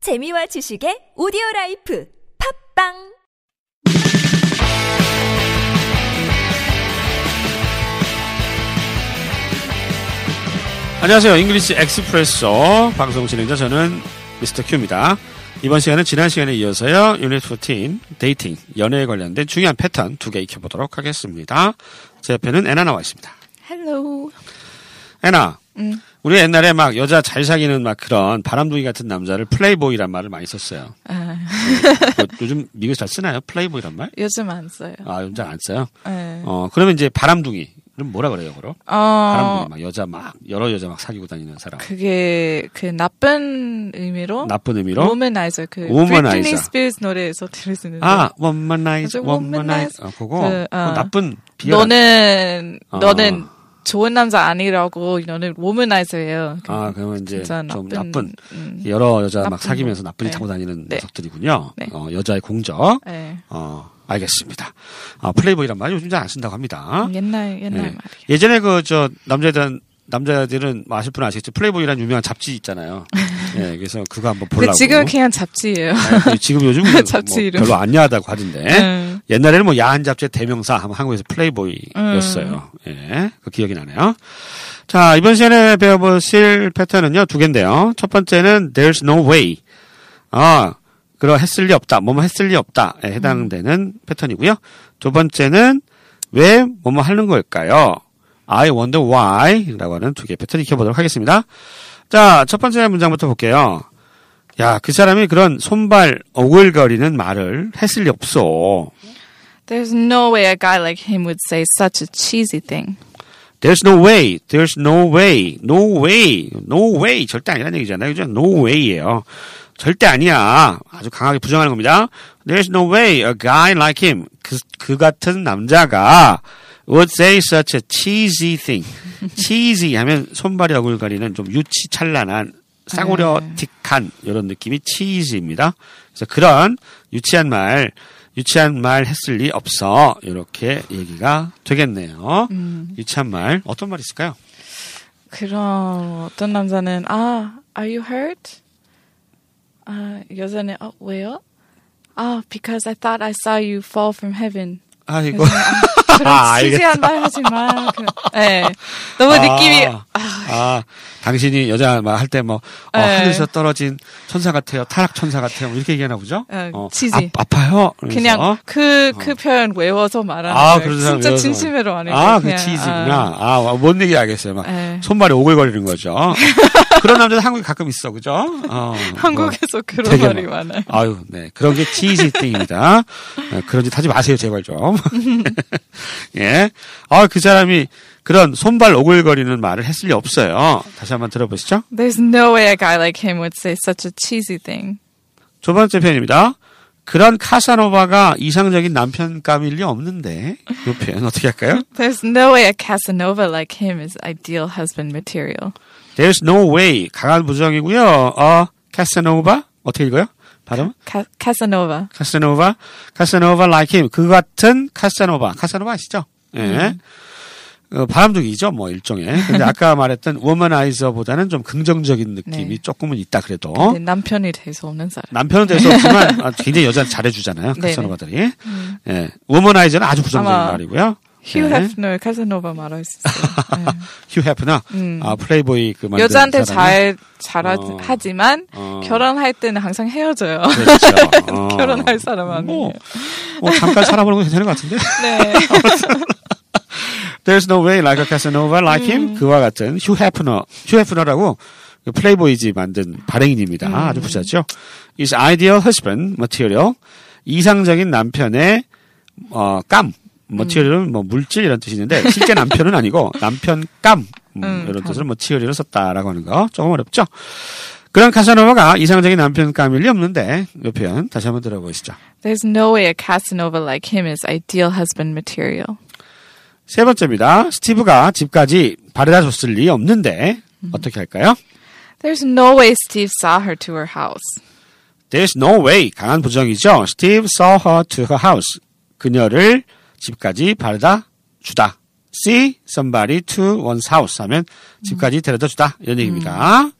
재미와 지식의 오디오 라이프 팝빵 안녕하세요. 잉글리시 엑스프레소 방송 진행자 저는 미스터 큐입니다. 이번 시간은 지난 시간에 이어서요. 유닛 14 데이팅 연애에 관련된 중요한 패턴 두 개 익혀보도록 하겠습니다. 제 옆에는 애나 나와 있습니다. 헬로. 애나 우리 옛날에 막 여자 잘 사귀는 막 그런 바람둥이 같은 남자를 플레이보이란 말을 많이 썼어요. 그 요즘 미국에서 잘 쓰나요? 플레이보이란 말? 요즘 안 써요. 아, 요즘 잘안 써요. 네. 어, 그러면 이제 바람둥이는 뭐라 그래요, 그럼? 어, 바람둥이 막 여자 막 여러 여자 막 사귀고 다니는 사람. 그게 그 나쁜 어? 의미로 나쁜 의미로 womanizer 그 Womanizer. 브리트니 스피어스 노래에서 들을 수 있는데. 아, 원만나이즈, 그래서 원만나이즈. womanize. 어, 그거, 그, 그거 어. 나쁜 비열. 너는 아. 너는 좋은 남자 아니라고 너는 womanize예요. 그러니까 아, 그러면 이제 진짜 좀 나쁜, 나쁜. 음, 여러 여자 막 나쁜 사귀면서 거. 나쁜 짓 네. 하고 다니는 네. 녀석들이군요. 네. 어, 여자의 공적. 네. 어, 알겠습니다. 아, 플레이보이란 말 요즘 잘 안 쓴다고 합니다. 옛날 옛날 네. 말이에요. 예전에 그, 저, 남자에 대한 남자들은 뭐 아실 분 아시겠죠? 플레이보이라는 유명한 잡지 있잖아요. 예, 그래서 그거 한번 근데 보려고. 지금 그냥 잡지예요. 아, 지금 요즘 뭐 잡지 이름. 별로 안 야하다고 하던데. 음. 옛날에는 뭐 야한 잡지의 대명사 하면 한국에서 플레이보이였어요. 예, 그 기억이 나네요. 자 이번 시간에 배워보실 패턴은요 두 개인데요. 첫 번째는 there's no way. 아 그러 했을 리 없다. 뭐뭐 했을 리 없다에 해당되는 패턴이고요. 두 번째는 왜 뭐뭐 하는 걸까요? I wonder why라고 하는 두 개의 패턴 익혀보도록 하겠습니다. 자, 첫 번째 문장부터 볼게요. 야, 그 사람이 그런 손발 오글거리는 말을 했을 리 없어. There's no way a guy like him would say such a cheesy thing. There's no way. There's no way. No way. No way. 절대 아니라는 얘기잖아요. 그죠? No way예요. 절대 아니야. 아주 강하게 부정하는 겁니다. There's no way a guy like him. 그, 그 같은 남자가 would say such a cheesy thing. cheesy 하면 손발이 어글거리는 좀 유치찬란한 네. 싸구려틱한 이런 느낌이 cheesy입니다. 그래서 그런 유치한 말, 유치한 말 했을 리 없어. 이렇게 얘기가 되겠네요. 음. 유치한 말 어떤 말 있을까요? 그럼 어떤 남자는 아, are you hurt? 아, 여자는 어, 왜요? 아, because I thought I saw you fall from heaven. 아 이거 그래서, 아, 그런 아, 치지한 말 하지 마. 그, 네. 너무 아, 느낌이 아, 당신이 여자 말 할 때 뭐 어, 네. 하늘에서 떨어진 천사 같아요, 타락 천사 같아요, 뭐 이렇게 얘기하나 보죠? 어, 어, 치지. 아, 아파요. 그냥 이러면서. 그 그 표현 외워서 말하는 아 거예요. 그런 사람 네, 진짜 외워서. 진심으로 안 해요. 아, 그 치즈구나. 아뭔 얘기 알겠어요. 막 네. 손발이 오글거리는 거죠. 그런 남자도 한국에 가끔 있어, 그죠? 어, 뭐. 한국에서 그런 되게 말이 많- 많아요. 아유, 네. 그런 게 치즈 띵입니다. 네, 그런 짓 하지 마세요, 제발 좀. 예. 아, 그 사람이 그런 손발 오글거리는 말을 했을 리 없어요. 다시 한번 들어보시죠. There's no way a guy like him would say such a cheesy thing. 두 번째 표현입니다. 그런 카사노바가 이상적인 남편감일 리 없는데. 이 표현 어떻게 할까요? There's no way a Casanova like him is ideal husband material. There's no way. 강한 부정이고요. 어, 카사노바? 어떻게 읽어요? 발음? Ca- Casanova. 카사노바, 카사노바 like him. 그 같은 카사노바. 카사노바 아시죠? 예. 어, 바람둥이죠, 뭐, 일종의. 근데 아까 말했던 워머나이저보다는 좀 긍정적인 느낌이 네. 조금은 있다 그래도. 네, 남편이 돼서 없는 사람. 남편은 될 수 없지만 아, 굉장히 여자는 잘해주잖아요, 네네. 음. 카사노바들이. 예. 워머나이저는 아주 부정적인 아마 말이고요. 휴 네. 헤프너 카사노바 말할 수 있어요. 휴 해프나, 아, 플레이보이 그 네. 만든 음. 여자한테 사람이. 잘 어. 잘하지만 어. 결혼할 때는 항상 헤어져요. 그렇죠. 어. 결혼할 사람 아니에요. 뭐, 뭐 잠깐 살아보는 건 괜찮은 것 같은데. 네. There's no way like a Casanova like him. 그와 같은 휴 해프너, 휴 해프너라고 그 플레이보이지 만든 발행인입니다. 아주 부자죠. Is ideal husband material. 이상적인 남편의 어, 깜. material은 뭐 물질 이런 뜻인데 실제 남편은 아니고 남편 깜 음, 음, 이런 감. 뜻으로 material을 썼다라고 하는 거 조금 어렵죠. 그런 카사노바가 이상적인 남편 깜일 리 없는데 이 표현 다시 한번 들어보시죠. There's no way a Casanova like him is ideal husband material. 세 번째입니다. 스티브가 집까지 바래다 줬을 리 없는데 어떻게 할까요? There's no way Steve saw her to her house. There's no way. 강한 부정이죠. Steve saw her to her house. 그녀를 집까지 바래다 주다. See somebody to one's house 하면 집까지 데려다 주다. 이런 얘기입니다.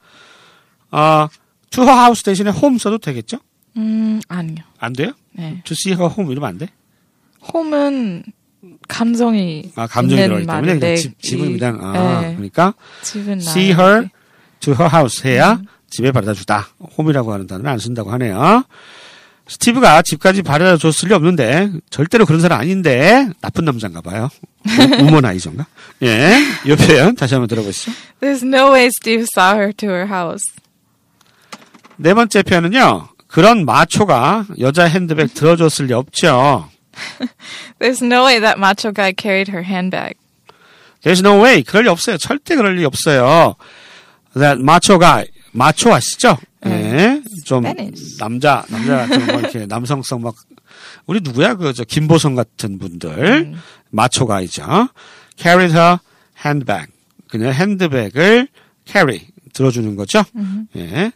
어, to her house 대신에 home 써도 되겠죠? 음, 아니요. 안 돼요? 네. to see her home 이러면 안 돼? 홈은 감성이 아, 감정이 있는 들어가기 때문에 말인데 그냥 집, 집은 이- 그냥 아, 네. 그러니까 집은 see 나의 her to her house 해야 집에 바래다 주다. 홈이라고 하는 단어는 안 쓴다고 하네요. 스티브가 집까지 바래다 줬을 리 없는데 절대로 그런 사람 아닌데 나쁜 남자인가 봐요. 우먼아이즈인가? 예. 이 표현 다시 한번 들어보시죠. There's no way Steve saw her to her house. 네 번째 표현은요. 그런 마초가 여자 핸드백 들어줬을 리 없죠. There's no way that macho guy carried her handbag. There's no way. 그럴 리 없어요. 절대 그럴 리 없어요. That 마초가 마초 아시죠? 예. 좀 Spanish. 남자 남자 좀뭐 이렇게 남성성 막 우리 누구야 그 저 김보성 같은 분들 마초가이죠. Carry her handbag. 그냥 핸드백을 carry 들어주는 거죠. 예.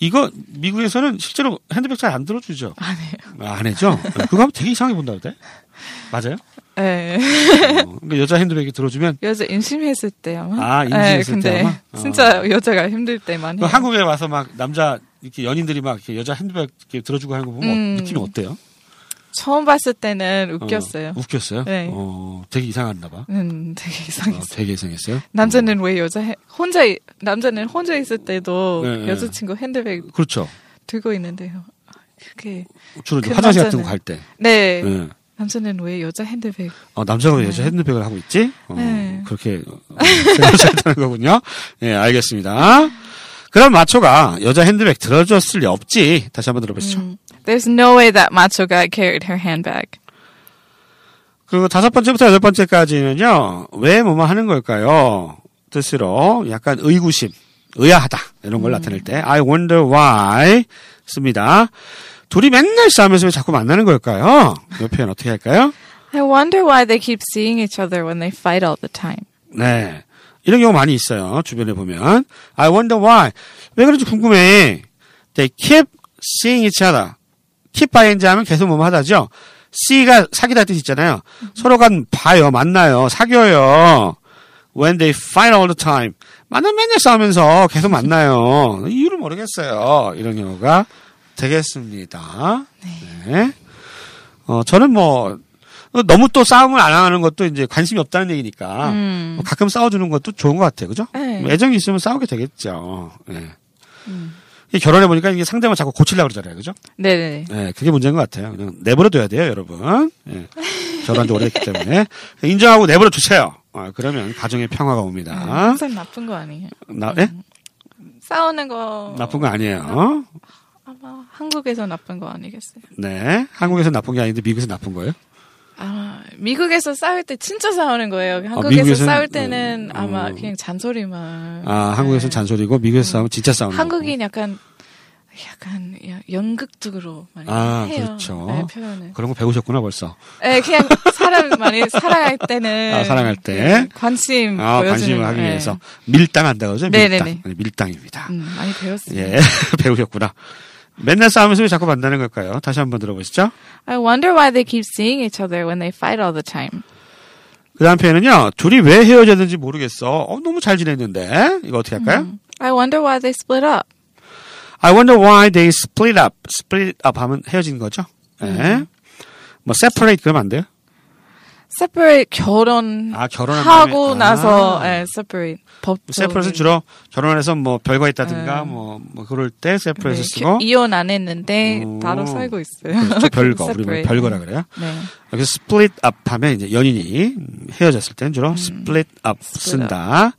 이거 미국에서는 실제로 핸드백 잘 안 들어주죠. 안 해요. 안 해죠. 그거 하면 되게 이상하게 본다는데. 맞아요? 예. 어, 그러니까 여자 핸드백이 들어주면 여자 임신했을 때 아마. 아, 임신했을 예, 때 근데 아마? 어. 진짜 여자가 힘들 때만 그 해요. 한국에 와서 막 남자 이렇게 연인들이 막 이렇게 여자 핸드백 이렇게 들어주고 하는 거 보면 어- 음. 느낌이 어때요? 처음 봤을 때는 어, 웃겼어요. 웃겼어요? 네. 어, 되게 이상했나 봐. 음, 되게 어, 이상했어요. 되게 이상했어요. 남자는 왜 여자 해- 혼자 이- 남자는 혼자 있을 때도 네, 네. 여자친구 핸드백 어, 그렇죠. 들고 있는데요. 그게 주로 이제 그 화장실 남자는- 같은 거 갈 때. 네 예. 남자는 왜 여자 핸드백? 어, 남자가 왜 여자 핸드백을 하고 있지? 어, 네. 그렇게 어, 생각하셨다는 거군요. 예, 알겠습니다. 그럼 마초가 여자 핸드백 들어줬을 리 없지. 다시 한번 들어보시죠. 음. There's no way that macho guy carried her handbag. 그 다섯 번째부터 여덟 번째까지는요, 왜 뭐뭐 하는 걸까요? 뜻으로 약간 의구심, 의아하다, 이런 걸 나타낼 때, I wonder why 씁니다. 둘이 맨날 싸우면서 왜 자꾸 만나는 걸까요? 이 표현 어떻게 할까요? I wonder why they keep seeing each other when they fight all the time. 네. 이런 경우 많이 있어요. 주변에 보면. I wonder why. 왜 그런지 궁금해. They keep seeing each other. keep by인지 하면 계속 뭐뭐 하다죠. see가 사귀다 뜻 있잖아요. 서로가 봐요, 만나요, 사귀어요. When they fight all the time. 만나 맨날 싸우면서 계속 만나요. 이유를 모르겠어요. 이런 경우가 되겠습니다. 네. 어, 저는 뭐, 너무 또 싸움을 안 하는 것도 이제 관심이 없다는 얘기니까 뭐 가끔 싸워주는 것도 좋은 것 같아요. 그죠? 네. 뭐 애정이 있으면 싸우게 되겠죠. 예. 이 결혼해보니까 이게 상대방 자꾸 고치려고 그러잖아요. 그죠? 네네. 예, 그게 문제인 것 같아요. 그냥 내버려둬야 돼요, 여러분. 예. 결혼한 지 오래됐기 때문에. 인정하고 내버려 두세요. 아, 그러면 가정에 평화가 옵니다. 항상 나쁜 거 아니에요? 나, 예? 싸우는 거 나쁜 거 아니에요. 아마 한국에서 나쁜 거 아니겠어요? 네. 한국에서 나쁜 게 아닌데 미국에서 나쁜 거예요? 아 미국에서 싸울 때 진짜 싸우는 거예요. 한국에서 아, 미국에서는- 싸울 때는 어, 아마 어. 그냥 잔소리만. 아, 한국에서는 잔소리고 미국에서 싸우면 진짜 싸우는 네. 한국인 약간 약간 야- 연극적으로 많이 아, 해요. 그렇죠. 네, 표현을. 거고. 그런 거 배우셨구나, 벌써. 네, 그냥 사람 많이 사랑할 때는 네, 아, 사랑할 때. 관심 아, 보여주는 관심을 거, 하기 네. 위해서. 밀당한다 그러죠? 밀당. 네네네. 네, 밀당입니다. 음, 많이 배웠어요. 예, 배우셨구나. 맨날 싸우면서 왜 자꾸 만나는 걸까요? 다시 한번 들어보시죠. I wonder why they keep seeing each other when they fight all the time. 그 다음 표현은요, 둘이 왜 헤어졌는지 모르겠어. 어, 너무 잘 지냈는데. 이거 어떻게 할까요? I wonder why they split up. I wonder why they split up. split up 하면 헤어진 거죠. 예. 음. 뭐, separate 그러면 안 돼요? Separate 결혼 아, 결혼한 하고 다음에. 나서 아. 예, separate 법 separate은 주로 결혼해서 뭐, 별거 있다든가, 뭐, 뭐, 그럴 때 separate 쓰고. 음. 네, 이혼 안 했는데 오. 따로 살고 있어요. 그렇죠. 별거. 우리 뭐 Separate. 별거라 그래요. 네. 그래서 split up 하면 이제 연인이 음, 헤어졌을 때는 주로 split up split 쓴다.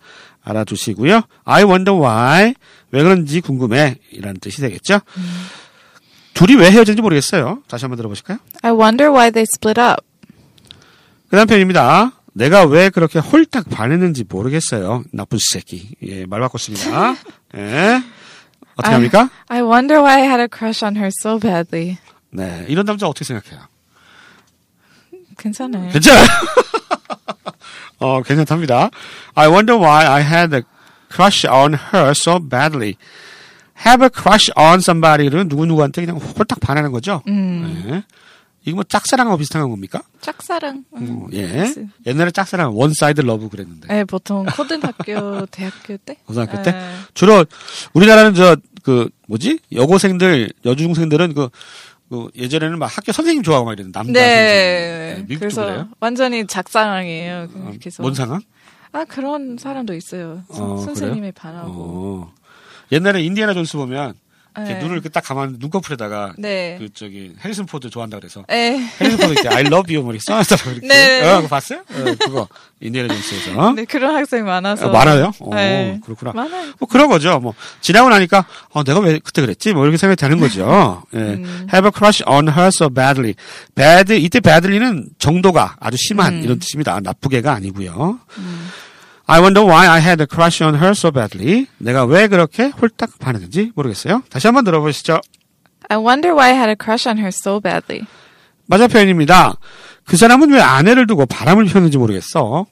알아두시고요. I wonder why. 왜 그런지 궁금해. 이라는 뜻이 되겠죠. 둘이 왜 헤어졌는지 모르겠어요. 다시 한번 들어보실까요? I wonder why they split up. 그 다음 편입니다. 내가 왜 그렇게 홀딱 반했는지 모르겠어요. 나쁜 새끼. 예, 말 바꿨습니다. 예. 어떻게 아. 합니까? I wonder why I had a crush on her so badly. 네. 이런 남자 어떻게 생각해요? 괜찮아요. 괜찮아요. 어, 괜찮답니다. I wonder why I had a crush on her so badly. have a crush on somebody는 누구누구한테 그냥 홀딱 반하는 거죠. 음. 예. 이거 뭐 짝사랑하고 비슷한 겁니까? 짝사랑. 음. 어, 예. 옛날에 짝사랑 원 사이드 러브 그랬는데. 네, 보통 고등학교, 대학교 때? 고등학교 때? 네. 주로 우리나라는 저 그 뭐지 여고생들 여중생들은 그, 그 예전에는 막 학교 선생님 좋아하고 막 이랬는 남자 네. 선생님. 네, 미국도 그래서 그래요? 완전히 작상황이에요. 어, 그래서 뭔 상황? 아 그런 사람도 있어요. 선- 어, 선생님의 반하고. 어. 옛날에 인디애나 존스 보면 이렇게 네. 눈을 이렇게 딱 감은 눈꺼풀에다가 네. 그 저기 해리슨 포드 좋아한다 그래서 네. 해리슨 포드 이렇게 I love you 뭐 이렇게 써놨다고 이렇게 네. 어, 그거 봤어요? 어, 그거 인디애나 존스에서 어? 네, 그런 학생이 많아서. 어, 많아요? 어, 네. 그렇구나. 많아요. 뭐 그런 거죠. 뭐 지나고 나니까 어 내가 왜 그때 그랬지? 뭐 이렇게 생각이 되는 거죠. 예. Have a crush on her so badly. bad 이때 badly는 정도가 아주 심한 이런 뜻입니다. 나쁘게가 아니고요. I wonder why I had a crush on her so badly. 내가 왜 그렇게 홀딱 반했는지 모르겠어요. 다시 한번 들어보시죠. I wonder why I had a crush on her so badly. 맞아 표현입니다. 그 사람은 왜 아내를 두고 바람을 피웠는지 모르겠어.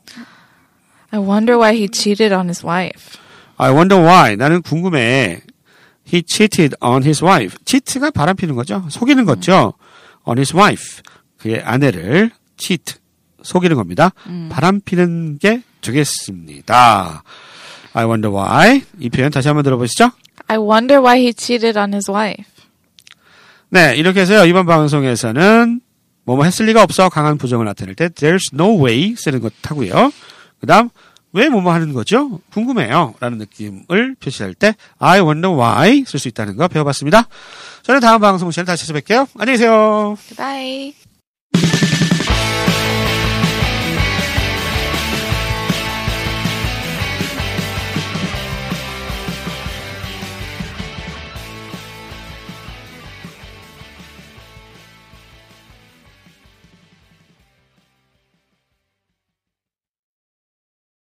I wonder why he cheated on his wife. I wonder why. 나는 궁금해. He cheated on his wife. cheat가 바람 피는 거죠. 속이는 거죠. on his wife. 그의 아내를 cheat. 속이는 겁니다. 바람 피는 게 되겠습니다. I wonder why. 이 표현 다시 한번 들어보시죠. I wonder why he cheated on his wife. 네, 이렇게 해서요. 이번 방송에서는 뭐뭐 했을 리가 없어 강한 부정을 나타낼 때 there's no way 쓰는 것 하고요. 그다음 왜 뭐뭐 하는 거죠? 궁금해요. 라는 느낌을 표시할 때 I wonder why 쓸 수 있다는 거 배워봤습니다. 저는 다음 방송 시간에 다시 찾아뵐게요. 안녕히 계세요. Goodbye.